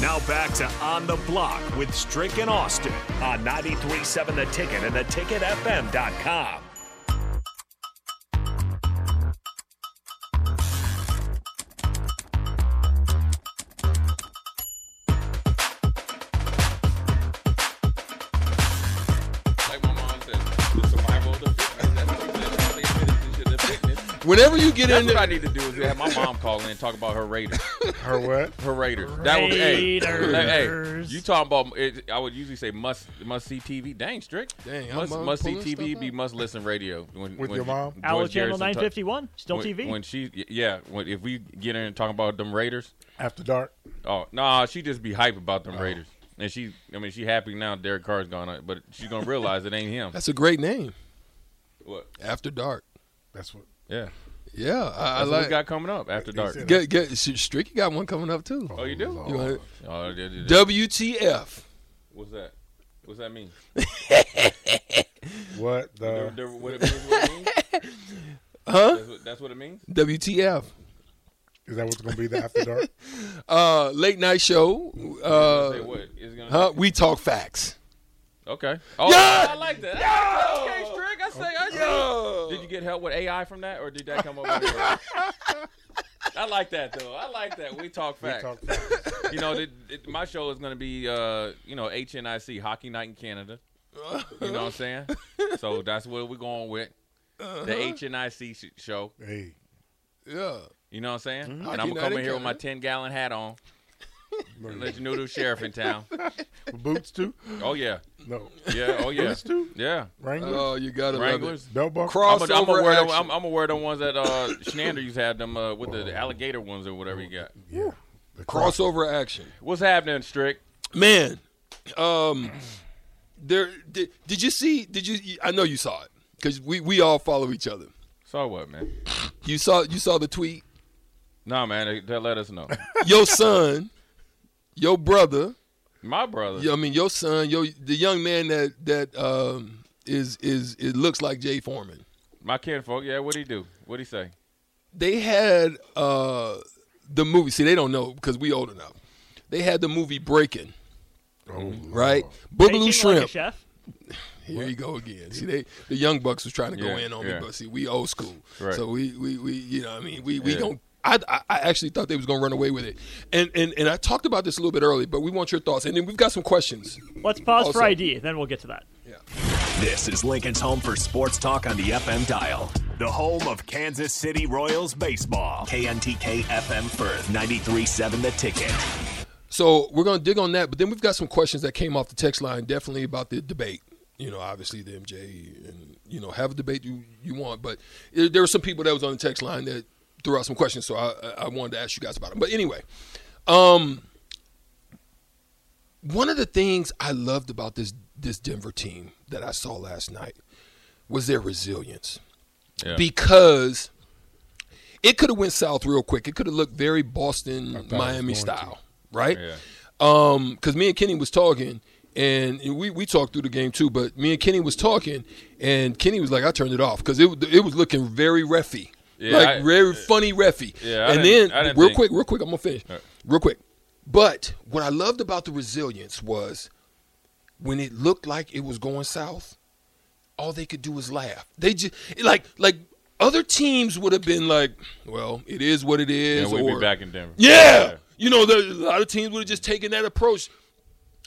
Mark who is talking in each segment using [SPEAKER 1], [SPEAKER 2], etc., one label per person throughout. [SPEAKER 1] Now back to On the Block with Strick and Austin on 937 The Ticket and theticketfm.com.
[SPEAKER 2] Like my mom said, the survival of the fittest. That's what we said. That's what they said, it's just the fitness.
[SPEAKER 3] Whenever you get
[SPEAKER 2] That's
[SPEAKER 3] in
[SPEAKER 2] what I
[SPEAKER 3] there,
[SPEAKER 2] need to do is have my mom call in and talk about her Raiders.
[SPEAKER 4] Her what?
[SPEAKER 2] Her Raiders. That was hey, like, hey.
[SPEAKER 5] Raiders.
[SPEAKER 2] You talking about? It, I would usually say must must see TV. Dang, strict.
[SPEAKER 3] Dang, I'm-
[SPEAKER 2] must
[SPEAKER 3] I'm
[SPEAKER 2] must see
[SPEAKER 3] pulling
[SPEAKER 2] TV
[SPEAKER 3] stuff
[SPEAKER 2] be
[SPEAKER 3] up.
[SPEAKER 2] must listen radio. When,
[SPEAKER 4] With
[SPEAKER 2] when
[SPEAKER 4] your mom?
[SPEAKER 2] George
[SPEAKER 5] Aloe Channel
[SPEAKER 2] Garrison talk-
[SPEAKER 5] 951, still
[SPEAKER 2] when,
[SPEAKER 5] TV.
[SPEAKER 2] When she yeah, when, if we get her and talk about them Raiders.
[SPEAKER 4] After dark.
[SPEAKER 2] Oh nah, she just be hype about
[SPEAKER 3] Oh.
[SPEAKER 2] them Raiders. And she, I mean, she happy now. Derek Carr's gone, uh, but she's gonna realize it ain't him.
[SPEAKER 3] that's a great name.
[SPEAKER 2] What?
[SPEAKER 3] After dark.
[SPEAKER 4] That's what.
[SPEAKER 2] Yeah,
[SPEAKER 3] Yeah, I, I
[SPEAKER 2] that's what we
[SPEAKER 3] like.
[SPEAKER 2] got coming up after dark.
[SPEAKER 4] said-
[SPEAKER 3] Get, get, Streaky got one coming up too.
[SPEAKER 2] Oh, you do?
[SPEAKER 3] You wanna-
[SPEAKER 2] Oh, yeah, yeah, yeah.
[SPEAKER 3] WTF?
[SPEAKER 2] What's that? What's that mean?
[SPEAKER 4] What
[SPEAKER 2] There-
[SPEAKER 4] the?
[SPEAKER 2] there- what it means, what it means?
[SPEAKER 3] Huh?
[SPEAKER 2] That's what, that's what it means.
[SPEAKER 3] WTF?
[SPEAKER 4] Is that what's going to be the after dark?
[SPEAKER 3] Uh, late night show.
[SPEAKER 2] Say
[SPEAKER 3] Uh,
[SPEAKER 2] what? It's gonna.
[SPEAKER 3] huh? We talk facts.
[SPEAKER 2] Okay. Oh,
[SPEAKER 3] Yeah!
[SPEAKER 2] I like that. I like that. Okay, Strick. I say. I say. Did you get help with AI from that, or did that come up? with it? I like that though. I like that. We talk
[SPEAKER 4] We
[SPEAKER 2] facts.
[SPEAKER 4] talk facts.
[SPEAKER 2] You know, it, it, my show is going to be, uh, you know, HNIC Hockey Night in Canada. You know what I'm saying? So that's what we're going with.
[SPEAKER 3] Uh-huh.
[SPEAKER 2] The HNIC sh- show.
[SPEAKER 4] hey,
[SPEAKER 3] Yeah.
[SPEAKER 2] You know what I'm saying? And
[SPEAKER 3] Hockey
[SPEAKER 2] I'm
[SPEAKER 3] Night
[SPEAKER 2] gonna come
[SPEAKER 3] in
[SPEAKER 2] in here with my
[SPEAKER 3] Canada.
[SPEAKER 2] ten gallon hat on.
[SPEAKER 4] no,
[SPEAKER 2] Let you know there's a sheriff in town.
[SPEAKER 4] boots too.
[SPEAKER 2] Oh yeah,
[SPEAKER 4] No,
[SPEAKER 2] yeah, Uh, oh yeah,
[SPEAKER 4] boots too.
[SPEAKER 2] yeah.
[SPEAKER 4] Wranglers,
[SPEAKER 3] Oh, you gotta love
[SPEAKER 2] Wranglers.
[SPEAKER 3] it.
[SPEAKER 4] bell buckle.
[SPEAKER 3] Cross
[SPEAKER 2] I'm gonna
[SPEAKER 3] over
[SPEAKER 2] wear, them-
[SPEAKER 3] action.
[SPEAKER 2] I'm, I'm gonna wear the ones that uh, Schnander used to have them uh, with the, the alligator ones or whatever you
[SPEAKER 3] Oh,
[SPEAKER 2] got.
[SPEAKER 4] yeah. The cross.
[SPEAKER 3] Crossover action.
[SPEAKER 2] What's happening, Strick?
[SPEAKER 3] man um there did, did you see did you i know you saw it because we we all follow each other
[SPEAKER 2] So what, man?
[SPEAKER 3] you saw you saw the tweet
[SPEAKER 2] Nah, man, they, they let us know.
[SPEAKER 3] your son your brother
[SPEAKER 2] My brother.
[SPEAKER 3] i mean your son your the young man that that um is is it looks like jay foreman
[SPEAKER 2] My kinfolk, yeah, what'd he do? What'd he say?
[SPEAKER 3] they had uh the movie see they don't know because we old enough they had the movie breaking
[SPEAKER 4] Oh,
[SPEAKER 3] right boogaloo
[SPEAKER 5] Baking like a
[SPEAKER 3] shrimp
[SPEAKER 5] chef.
[SPEAKER 3] Here you go again. See, they the young bucks was trying to go
[SPEAKER 2] Yeah,
[SPEAKER 3] in on
[SPEAKER 2] yeah.
[SPEAKER 3] me, but see, we old school,
[SPEAKER 2] Right.
[SPEAKER 3] so we we we you know what I mean we we
[SPEAKER 2] Yeah.
[SPEAKER 3] don't. I, I- I actually thought they was gonna run away with it, and and and I talked about this a little bit early, but we want your thoughts, and then we've got some questions.
[SPEAKER 5] Let's pause
[SPEAKER 3] Also-
[SPEAKER 5] for ID, then we'll get to that.
[SPEAKER 1] This is Lincoln's home for sports talk on the FM dial. The home of Kansas City Royals baseball. KNTK FM Firth, 937 The Ticket.
[SPEAKER 3] So we're gonna dig on that, but then we've got some questions that came off the text line, definitely about the debate. You know, obviously the MJ, and you know, have a debate you you want, but there there were some people that was on the text line that threw out some questions, so I I- I wanted to ask you guys about them. But anyway, um, one of the things I loved about this this Denver team that I saw last night was their resilience
[SPEAKER 2] Yeah.
[SPEAKER 3] because it could have went south real quick. It could have looked very Boston,
[SPEAKER 4] was
[SPEAKER 3] Miami
[SPEAKER 4] going to.
[SPEAKER 3] style, right?
[SPEAKER 2] Yeah.
[SPEAKER 3] Um, because me and Kenny was talking, and we we talked through the game too. But me and Kenny was talking, and Kenny was like, "I turned it off" because it it was looking very refy,
[SPEAKER 2] Yeah,
[SPEAKER 3] like
[SPEAKER 2] I-
[SPEAKER 3] very funny refy.
[SPEAKER 2] Yeah, I
[SPEAKER 3] and
[SPEAKER 2] didn't-
[SPEAKER 3] then
[SPEAKER 2] I didn't
[SPEAKER 3] real
[SPEAKER 2] think-
[SPEAKER 3] quick, real quick, I'm gonna finish, real quick. But what I loved about the resilience was when it looked like it was going south, all they could do was laugh. They just like like other teams would have been like, "Well, it is what it is."
[SPEAKER 2] And we'll
[SPEAKER 3] or-
[SPEAKER 2] be back in Denver.
[SPEAKER 3] yeah. You know, there, a lot of teams would have just taken that approach.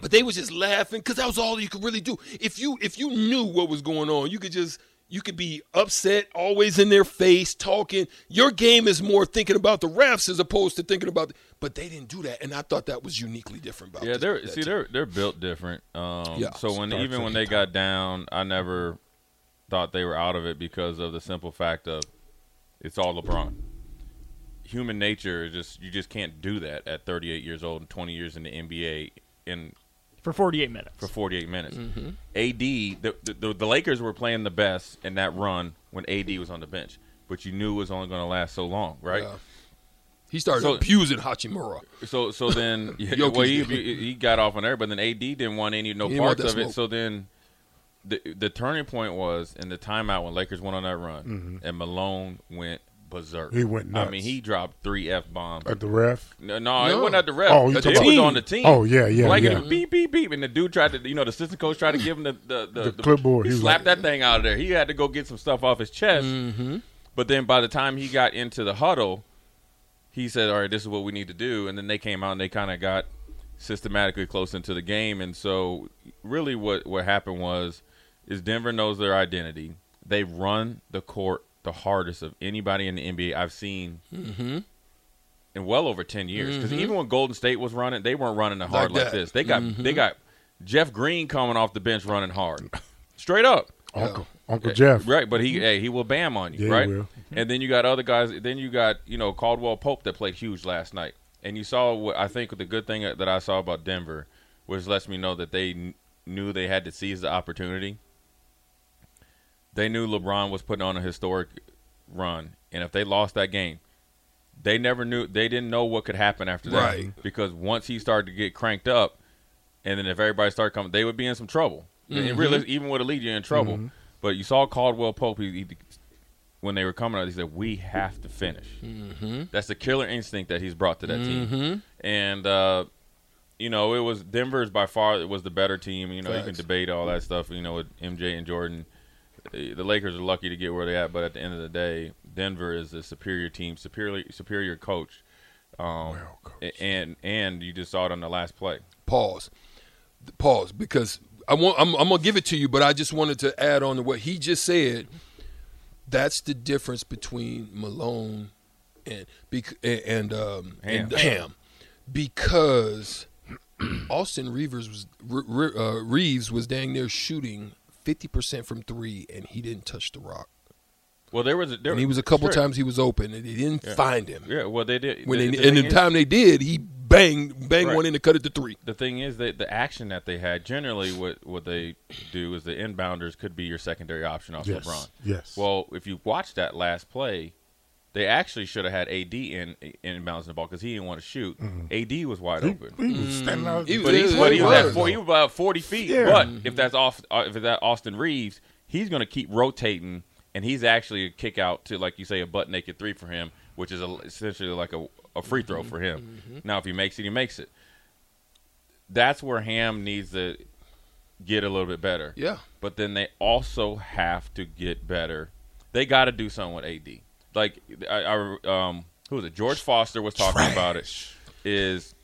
[SPEAKER 3] But they was just laughing because that was all you could really do. If you if you knew what was going on, you could just you could be upset, always in their face, talking. Your game is more thinking about the refs as opposed to thinking about. but they didn't do that, and I thought that was uniquely different. About
[SPEAKER 2] Yeah,
[SPEAKER 3] this-
[SPEAKER 2] they're
[SPEAKER 3] that
[SPEAKER 2] see
[SPEAKER 3] team.
[SPEAKER 2] they're they're built different. Um,
[SPEAKER 3] Yeah.
[SPEAKER 2] so when
[SPEAKER 4] Starts
[SPEAKER 2] even when
[SPEAKER 4] at
[SPEAKER 2] they
[SPEAKER 4] the
[SPEAKER 2] got down, I never thought they were out of it because of the simple fact of it's all LeBron. Human nature is just you just can't do that at 38 years old and 20 years in the NBA in
[SPEAKER 5] For 48 minutes.
[SPEAKER 2] for 48 minutes.
[SPEAKER 3] Mm-hmm.
[SPEAKER 2] AD the, the- the the Lakers were playing the best in that run when AD was on the bench, but you knew it was only going to last so long, right?
[SPEAKER 3] Yeah. he started
[SPEAKER 2] So-
[SPEAKER 3] abusing Hachimura.
[SPEAKER 2] So so then yeah,
[SPEAKER 3] Jokic
[SPEAKER 2] well he,
[SPEAKER 3] did.
[SPEAKER 2] he he got off on everybody. Then AD didn't want any no
[SPEAKER 3] He didn't want
[SPEAKER 2] parts of
[SPEAKER 3] that
[SPEAKER 2] it.
[SPEAKER 3] smoke.
[SPEAKER 2] So then
[SPEAKER 3] Mm-hmm.
[SPEAKER 2] the the turning point was in the timeout when Lakers went on that run and Malone went berserk.
[SPEAKER 4] He went
[SPEAKER 2] I mean,
[SPEAKER 4] nuts.
[SPEAKER 2] he dropped three f bombs.
[SPEAKER 4] at Uh, the ref.
[SPEAKER 2] No, no, it
[SPEAKER 3] No.
[SPEAKER 2] wasn't at the ref.
[SPEAKER 4] Oh, you
[SPEAKER 2] the
[SPEAKER 4] talking
[SPEAKER 2] team was
[SPEAKER 3] about-
[SPEAKER 2] on the team.
[SPEAKER 4] Oh yeah, yeah,
[SPEAKER 2] like
[SPEAKER 4] yeah.
[SPEAKER 2] beep beep beep, and the dude tried to, you know, the assistant coach tried to give him the the, the,
[SPEAKER 4] The clipboard,
[SPEAKER 2] He
[SPEAKER 4] he was
[SPEAKER 2] slapped
[SPEAKER 4] like- Mm-hmm.
[SPEAKER 2] that thing out of there. He had to go get some stuff off his chest. But then by the time he got into the huddle, he said, "All right, this is what we need to do." And then they came out and they kind of got systematically close into the game. And so, really, what what happened was, is Denver knows their identity. They run the court the hardest of anybody in the NBA I've seen in well over ten years. Because even when Golden State was running, they weren't running the hard like,
[SPEAKER 3] Like that.
[SPEAKER 2] this. They got they got Jeff Green coming off the bench running hard, straight up.
[SPEAKER 4] Uncle Uncle Jeff.
[SPEAKER 2] Right, but he hey, he will bam on you,
[SPEAKER 4] Mm-hmm. Yeah, he
[SPEAKER 2] right?
[SPEAKER 4] will.
[SPEAKER 2] And then you got other guys. Then you got you know Caldwell Pope that played huge last night, and you saw what I think the good thing that I saw about Denver, which lets me know that they kn- knew they had to seize the opportunity. They knew LeBron was putting on a historic run, and if they lost that game, they never knew they didn't know what could happen after that
[SPEAKER 3] Right.
[SPEAKER 2] because once he started to get cranked up, and then if everybody started coming, they would be in some trouble. And really, even with a lead, you're in trouble. But you saw Caldwell Pope he, he, when they were coming out. He said, "We have to finish." That's the killer instinct that he's brought to that
[SPEAKER 3] Mm-hmm.
[SPEAKER 2] team. And uh, you know, it was Denver's by far it was the better team. You know, you can
[SPEAKER 3] Facts.
[SPEAKER 2] debate all that stuff. You know, with MJ and Jordan, Eh, the Lakers are lucky to get where they at. But at the end of the day, Denver is the superior team, superior superior coach. Um, a- and and you just saw it on the last play.
[SPEAKER 3] pause pause because i want I'm, I'm gonna give it to you but i just wanted to add on to what he just said that's the difference between malone and bec- a- and um
[SPEAKER 2] Ham.
[SPEAKER 3] and ham because austin reeves was Re- Re- uh, reeves was dang near shooting 50% from three and he didn't touch the rock
[SPEAKER 2] Well, there was a, there
[SPEAKER 3] and he was a couple
[SPEAKER 2] sure.
[SPEAKER 3] times he was open and they didn't find him
[SPEAKER 2] Yeah, well they did.
[SPEAKER 3] when they,
[SPEAKER 2] the,
[SPEAKER 3] and
[SPEAKER 2] thing
[SPEAKER 3] the
[SPEAKER 2] is-
[SPEAKER 3] time they did he banged banged
[SPEAKER 2] Right.
[SPEAKER 3] one in to cut it to three
[SPEAKER 2] the thing is that the action that they had generally what what they do is the inbounders could be your secondary option off
[SPEAKER 4] Yes.
[SPEAKER 2] LeBron.
[SPEAKER 4] Yes.
[SPEAKER 2] Well, if you watch that last play, they actually should have had AD in inbounding the ball because he didn't want to shoot. AD was wide
[SPEAKER 4] Mm-hmm. He,
[SPEAKER 2] open.
[SPEAKER 4] he was standing out.
[SPEAKER 3] He was-
[SPEAKER 2] But mm, he,
[SPEAKER 3] Yeah,
[SPEAKER 2] but he
[SPEAKER 3] he
[SPEAKER 2] was at
[SPEAKER 3] was.
[SPEAKER 2] four, he was about forty feet.
[SPEAKER 4] Yeah.
[SPEAKER 2] But if that's off, uh, if that Austin Reeves, he's going to keep rotating, and he's actually a kick out to like you say a butt naked three for him, which is a, essentially like a, a free throw for him. Now, if he makes it, he makes it. That's where Ham needs to get a little bit better.
[SPEAKER 3] yeah
[SPEAKER 2] But then they also have to get better. They got to do something with AD. Like I, I um, who was it? George Foster was talking about it. Is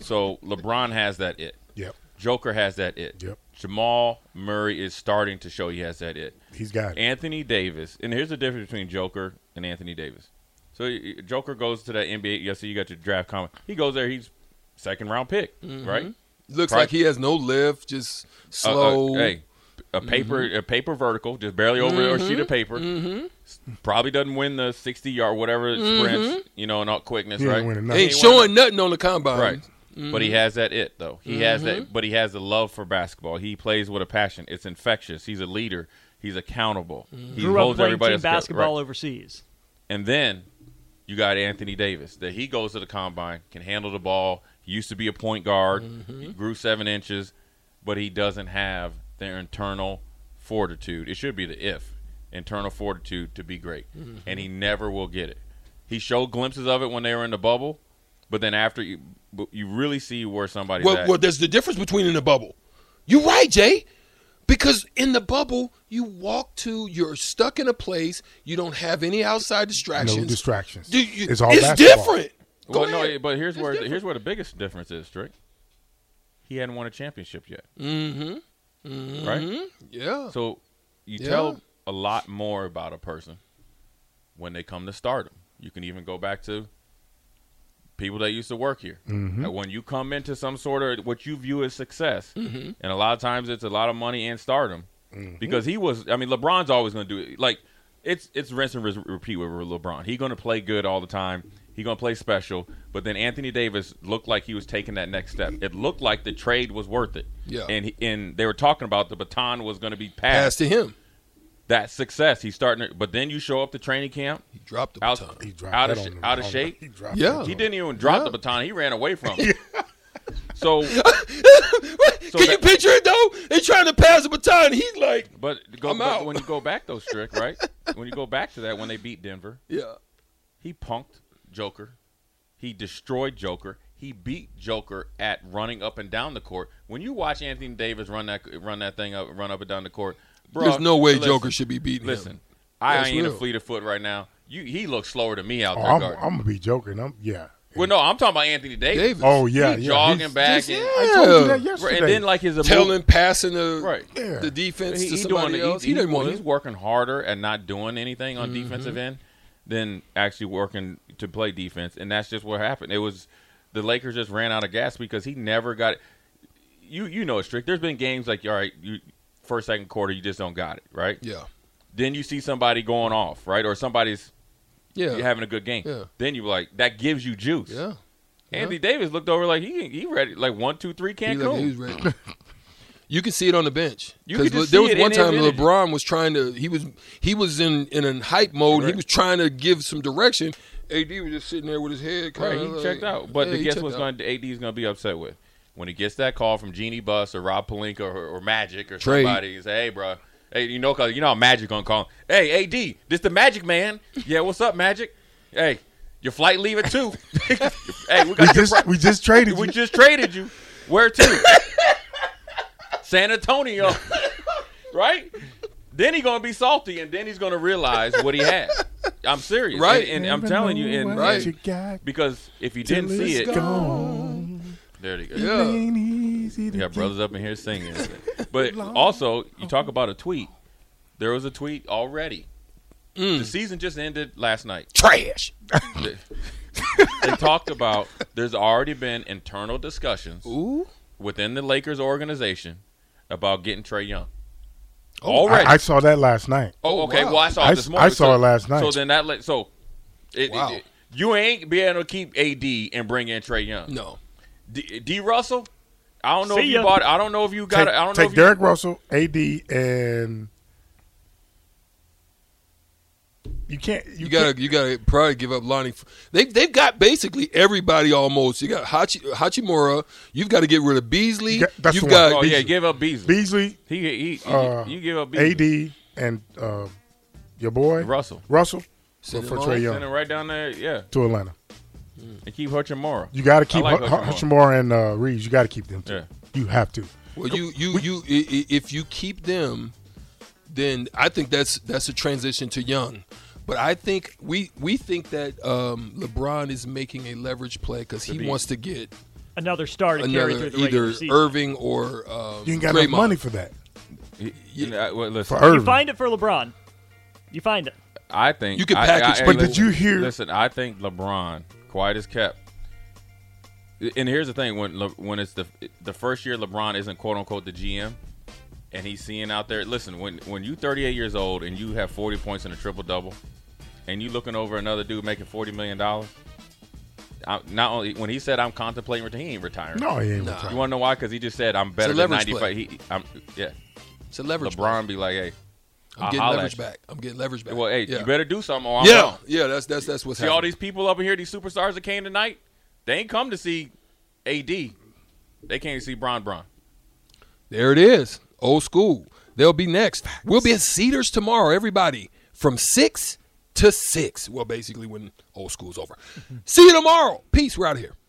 [SPEAKER 2] so LeBron has that it.
[SPEAKER 4] Yep.
[SPEAKER 2] Joker has that it.
[SPEAKER 4] Yep.
[SPEAKER 2] Jamal Murray is starting to show he has that it.
[SPEAKER 4] He's got it.
[SPEAKER 2] Anthony Davis, and here's the difference between Joker and Anthony Davis. So y- y- Joker goes to that NBA. Yeah, so you got your draft comment. He goes there. He's second round pick, right?
[SPEAKER 3] Looks
[SPEAKER 2] Right.
[SPEAKER 3] like he has no lift, just
[SPEAKER 2] a- a-
[SPEAKER 3] slow.
[SPEAKER 2] Uh, hey, a
[SPEAKER 5] Mm-hmm.
[SPEAKER 2] paper a paper vertical, just barely over a sheet of paper. S-
[SPEAKER 5] Mm-hmm.
[SPEAKER 2] Probably doesn't win the sixty yard whatever it sprints, you know, and all quickness,
[SPEAKER 4] He ain't
[SPEAKER 2] right?
[SPEAKER 4] winning
[SPEAKER 3] Ain't
[SPEAKER 4] nothing.
[SPEAKER 3] showing nothing on the combine.
[SPEAKER 2] Right. But
[SPEAKER 5] Mm-hmm.
[SPEAKER 2] he has that it though. He has that but he has a love for basketball. He plays with a passion. It's infectious. He's a leader. He's accountable. He
[SPEAKER 5] Mm-hmm. Grew up
[SPEAKER 2] holds
[SPEAKER 5] playing
[SPEAKER 2] everybody
[SPEAKER 5] team
[SPEAKER 2] else accountable.
[SPEAKER 5] basketball
[SPEAKER 2] Right.
[SPEAKER 5] overseas.
[SPEAKER 2] And then you got Anthony Davis that he goes to the combine, can handle the ball. He used to be a point guard, he grew seven inches, but he doesn't have their internal fortitude. It should be the if internal fortitude to be great, and he never will get it. He showed glimpses of it when they were in the bubble, but then after you, but you really see where somebody's
[SPEAKER 3] Well,
[SPEAKER 2] at.
[SPEAKER 3] well, there's the difference between in the bubble. You're right, Jay. Because in the bubble, you walk to, you're stuck in a place, you don't have any outside distractions.
[SPEAKER 4] No distractions.
[SPEAKER 3] Do you-
[SPEAKER 4] it's all basketball.
[SPEAKER 3] different. Go
[SPEAKER 2] Well, no,
[SPEAKER 3] ahead.
[SPEAKER 2] but here's
[SPEAKER 3] It's
[SPEAKER 2] where
[SPEAKER 3] different.
[SPEAKER 2] here's where the biggest difference is, Strick. He hadn't won a championship yet. Mm-hmm. Right.
[SPEAKER 3] yeah.
[SPEAKER 2] So you
[SPEAKER 3] Yeah.
[SPEAKER 2] tell a lot more about a person when they come to stardom. You can even go back to people that used to work here.
[SPEAKER 3] Mm-hmm.
[SPEAKER 2] That When you come into some sort of what you view as success, and a lot of times it's a lot of money and stardom,
[SPEAKER 3] Mm-hmm.
[SPEAKER 2] because he was. I mean, LeBron's always going to do it. Like it's it's rinse and re- repeat with LeBron. He's going to play good all the time. He's going to play special. But then Anthony Davis looked like he was taking that next step. It looked like the trade was worth it.
[SPEAKER 3] Yeah.
[SPEAKER 2] and he, and they were talking about the baton was going to be
[SPEAKER 3] Pass
[SPEAKER 2] passed
[SPEAKER 3] to him.
[SPEAKER 2] that success. He's starting, to, but then you show up to training camp.
[SPEAKER 3] He dropped the
[SPEAKER 2] Out-
[SPEAKER 3] baton.
[SPEAKER 4] He dropped
[SPEAKER 2] Out of
[SPEAKER 4] that
[SPEAKER 2] sh-
[SPEAKER 4] on him.
[SPEAKER 2] out of
[SPEAKER 4] On-
[SPEAKER 2] shape?
[SPEAKER 4] He dropped
[SPEAKER 3] Oh. Yeah.
[SPEAKER 4] that on
[SPEAKER 2] He
[SPEAKER 4] him.
[SPEAKER 2] didn't even drop the baton. He ran away from it. so, so
[SPEAKER 3] Can
[SPEAKER 2] that-
[SPEAKER 3] you picture it, though? They trying to pass the baton. He's like,
[SPEAKER 2] but go
[SPEAKER 3] I'm
[SPEAKER 2] but
[SPEAKER 3] out.
[SPEAKER 2] when you go back though, Strick, right? when you go back to that, when they beat Denver,
[SPEAKER 3] Yeah.
[SPEAKER 2] he punked Joker. He destroyed Joker. He beat Joker at running up and down the court. When you watch Anthony Davis run that run that thing up, run up and down the court, bro,
[SPEAKER 3] There's no way
[SPEAKER 2] listen,
[SPEAKER 3] Joker should be beating
[SPEAKER 2] Listen,
[SPEAKER 3] him.
[SPEAKER 2] I
[SPEAKER 3] That's
[SPEAKER 2] ain't a
[SPEAKER 3] real.
[SPEAKER 2] fleet of foot right now. You, he looks slower than me out
[SPEAKER 4] Oh,
[SPEAKER 2] there.
[SPEAKER 4] I'm,
[SPEAKER 2] guarding.
[SPEAKER 4] I'm gonna be joking. I'm yeah.
[SPEAKER 2] well, no, I'm talking about Anthony Davis.
[SPEAKER 3] Davis.
[SPEAKER 4] Oh yeah,
[SPEAKER 2] He
[SPEAKER 4] yeah.
[SPEAKER 2] jogging
[SPEAKER 4] He's-
[SPEAKER 2] back, and,
[SPEAKER 4] I told you that
[SPEAKER 3] Yeah.
[SPEAKER 4] yesterday.
[SPEAKER 2] and then like his
[SPEAKER 3] Telling, passing the
[SPEAKER 2] Right.
[SPEAKER 4] Yeah.
[SPEAKER 3] the defense
[SPEAKER 2] he,
[SPEAKER 3] to
[SPEAKER 2] he
[SPEAKER 3] somebody
[SPEAKER 2] doing,
[SPEAKER 3] else.
[SPEAKER 2] He,
[SPEAKER 3] He, didn't
[SPEAKER 2] he's-
[SPEAKER 3] want
[SPEAKER 2] he's
[SPEAKER 3] it. Mm-hmm.
[SPEAKER 2] working harder at not doing anything on defensive end than actually working to play defense, and that's just what happened. It was the Lakers just ran out of gas because he never got it. You you know it's trick. There's been games like all right, you first second quarter you just don't got it right.
[SPEAKER 3] Yeah.
[SPEAKER 2] Then you see somebody going off right, or somebody's
[SPEAKER 3] Yeah.
[SPEAKER 2] having a good game.
[SPEAKER 3] Yeah.
[SPEAKER 2] Then you like that gives you juice.
[SPEAKER 3] yeah.
[SPEAKER 2] Anthony Davis looked over like he he ready like one two three
[SPEAKER 3] He
[SPEAKER 2] can't
[SPEAKER 3] looked-
[SPEAKER 2] go.
[SPEAKER 3] he was ready. You can see it on the bench.
[SPEAKER 2] You
[SPEAKER 3] 'Cause
[SPEAKER 2] could just
[SPEAKER 3] there
[SPEAKER 2] see
[SPEAKER 3] was
[SPEAKER 2] it in
[SPEAKER 3] one
[SPEAKER 2] his
[SPEAKER 3] time
[SPEAKER 2] energy.
[SPEAKER 3] LeBron was trying to he was he was in in a hype mode. He
[SPEAKER 2] Right.
[SPEAKER 3] was trying to give some direction. AD was just sitting there with his head.
[SPEAKER 2] Right,
[SPEAKER 3] Kinda
[SPEAKER 2] he
[SPEAKER 3] like-
[SPEAKER 2] checked out. But
[SPEAKER 3] uh, Yeah,
[SPEAKER 2] the
[SPEAKER 3] he
[SPEAKER 2] guess
[SPEAKER 3] checked
[SPEAKER 2] what's
[SPEAKER 3] out.
[SPEAKER 2] going to AD is going to be upset with when he gets that call from Genie Bus or Rob Palinka or, or Magic or
[SPEAKER 3] Trade.
[SPEAKER 2] somebody. He say, "Hey, bro, hey, you know, 'cause you know how Magic gonna call him. Hey, AD, this the Magic man. Yeah, what's up, Magic? Hey, your flight leave at two. hey, we
[SPEAKER 4] we
[SPEAKER 2] got your
[SPEAKER 4] just
[SPEAKER 2] pri-
[SPEAKER 4] we just traded.
[SPEAKER 2] we
[SPEAKER 4] you.
[SPEAKER 2] just traded you. Where to? San Antonio, right? Then he gonna be salty, and then he's gonna realize what he had. I'm serious,
[SPEAKER 3] Right.
[SPEAKER 2] And, and I'm telling you, and,
[SPEAKER 4] What
[SPEAKER 3] Right.
[SPEAKER 4] you got
[SPEAKER 2] because if you
[SPEAKER 4] till
[SPEAKER 2] didn't see
[SPEAKER 4] it's
[SPEAKER 2] it,
[SPEAKER 4] gone.
[SPEAKER 2] there you go.
[SPEAKER 3] Yeah.
[SPEAKER 4] Ain't easy to
[SPEAKER 2] You got brothers up in here singing. But also, you talk about a tweet. There was a tweet already. The season just ended last night.
[SPEAKER 3] Mm. Trash.
[SPEAKER 2] They talked about there's already been internal discussions
[SPEAKER 3] Ooh.
[SPEAKER 2] within the Lakers organization about getting Trey Young.
[SPEAKER 4] get.
[SPEAKER 2] already.
[SPEAKER 4] Oh, I, I saw that last night.
[SPEAKER 2] oh,
[SPEAKER 3] Oh,
[SPEAKER 2] okay.
[SPEAKER 3] wow.
[SPEAKER 2] Well, I saw
[SPEAKER 4] I
[SPEAKER 2] it this
[SPEAKER 4] s-
[SPEAKER 2] morning.
[SPEAKER 4] I saw
[SPEAKER 2] so,
[SPEAKER 4] it last night.
[SPEAKER 2] So then that let so it,
[SPEAKER 3] Wow.
[SPEAKER 2] it- you ain't be able to keep AD and bring in Trey Young.
[SPEAKER 3] No.
[SPEAKER 2] D, D Russell, I don't know
[SPEAKER 5] See
[SPEAKER 2] if you
[SPEAKER 5] ya.
[SPEAKER 2] bought. I don't know if you got.
[SPEAKER 4] take
[SPEAKER 2] it. I don't know
[SPEAKER 4] take
[SPEAKER 2] if you
[SPEAKER 4] Derrick Russell, AD, and you can't. You,
[SPEAKER 3] You gotta, you gotta probably give up Lonnie. F- They, they've got basically everybody almost. You got Hachi, Hachimura. You've got to get rid of Beasley.
[SPEAKER 4] You got- that's
[SPEAKER 3] You've
[SPEAKER 4] the
[SPEAKER 3] got
[SPEAKER 4] one.
[SPEAKER 2] Oh yeah,
[SPEAKER 4] Beasley.
[SPEAKER 2] give up Beasley.
[SPEAKER 4] Beasley,
[SPEAKER 2] He, he, he
[SPEAKER 4] uh,
[SPEAKER 2] you give up Beasley.
[SPEAKER 4] AD, and uh, your boy
[SPEAKER 2] Russell.
[SPEAKER 4] Russell for,
[SPEAKER 3] Send
[SPEAKER 4] for
[SPEAKER 3] him
[SPEAKER 4] Trey
[SPEAKER 3] on.
[SPEAKER 2] Send him
[SPEAKER 4] Young
[SPEAKER 2] right down there. Yeah,
[SPEAKER 4] to Atlanta.
[SPEAKER 2] and keep Hachimura.
[SPEAKER 4] You got to keep
[SPEAKER 2] like
[SPEAKER 4] Hu-
[SPEAKER 2] Hutchinson.
[SPEAKER 4] Hutchinson and uh, Reeves. You got to keep them. Too.
[SPEAKER 2] Yeah.
[SPEAKER 4] You have to.
[SPEAKER 3] Well, you you you i- i- if you keep them, then I think that's that's a transition to Young. But I think we we think that um, LeBron is making a leverage play because he
[SPEAKER 2] be-
[SPEAKER 3] wants to get
[SPEAKER 5] Another star to carry
[SPEAKER 3] another
[SPEAKER 5] through the regular
[SPEAKER 3] either
[SPEAKER 5] season.
[SPEAKER 3] Irving or um,
[SPEAKER 4] You ain't got
[SPEAKER 3] Draymond.
[SPEAKER 4] enough money for that.
[SPEAKER 2] He- you know, I- well, listen,
[SPEAKER 4] For Irving.
[SPEAKER 5] You find it for LeBron. You find it.
[SPEAKER 2] I think
[SPEAKER 3] You can
[SPEAKER 2] I- I-
[SPEAKER 3] package-
[SPEAKER 2] I-
[SPEAKER 4] But did
[SPEAKER 2] listen,
[SPEAKER 4] you hear-
[SPEAKER 2] Listen, I think LeBron, quiet as kept. And here's the thing: when Le, when it's the the first year LeBron isn't quote unquote the GM, and he's seeing out there. Listen, when when you 38 years old and you have 40 points in a triple double, and you looking over another dude making 40 million dollars. Not only when he said I'm contemplating retiring, he ain't retiring.
[SPEAKER 4] No, he ain't
[SPEAKER 3] Nah.
[SPEAKER 2] You
[SPEAKER 4] retiring.
[SPEAKER 2] want to know why? Because he just said I'm better than
[SPEAKER 3] leverage
[SPEAKER 2] 95.
[SPEAKER 3] play.
[SPEAKER 2] He, I'm, yeah.
[SPEAKER 3] It's a leverage. play.
[SPEAKER 2] LeBron be like, hey,
[SPEAKER 3] I'm
[SPEAKER 2] I'll
[SPEAKER 3] getting
[SPEAKER 2] holla at
[SPEAKER 3] leverage
[SPEAKER 2] you.
[SPEAKER 3] back. I'm getting leverage back.
[SPEAKER 2] Well, hey,
[SPEAKER 3] yeah.
[SPEAKER 2] you better do something. Or I'm
[SPEAKER 3] yeah,
[SPEAKER 2] out.
[SPEAKER 3] yeah. That's that's that's what's
[SPEAKER 2] See all
[SPEAKER 3] happening.
[SPEAKER 2] these people up in here, these superstars that came tonight. They ain't come to see AD. They came to see Bron Bron.
[SPEAKER 3] There it is. Old school. They'll be next. We'll be at Cedars tomorrow, everybody, from 6 to 6. Well, basically, when old school's over. See you tomorrow. Peace. We're out of here.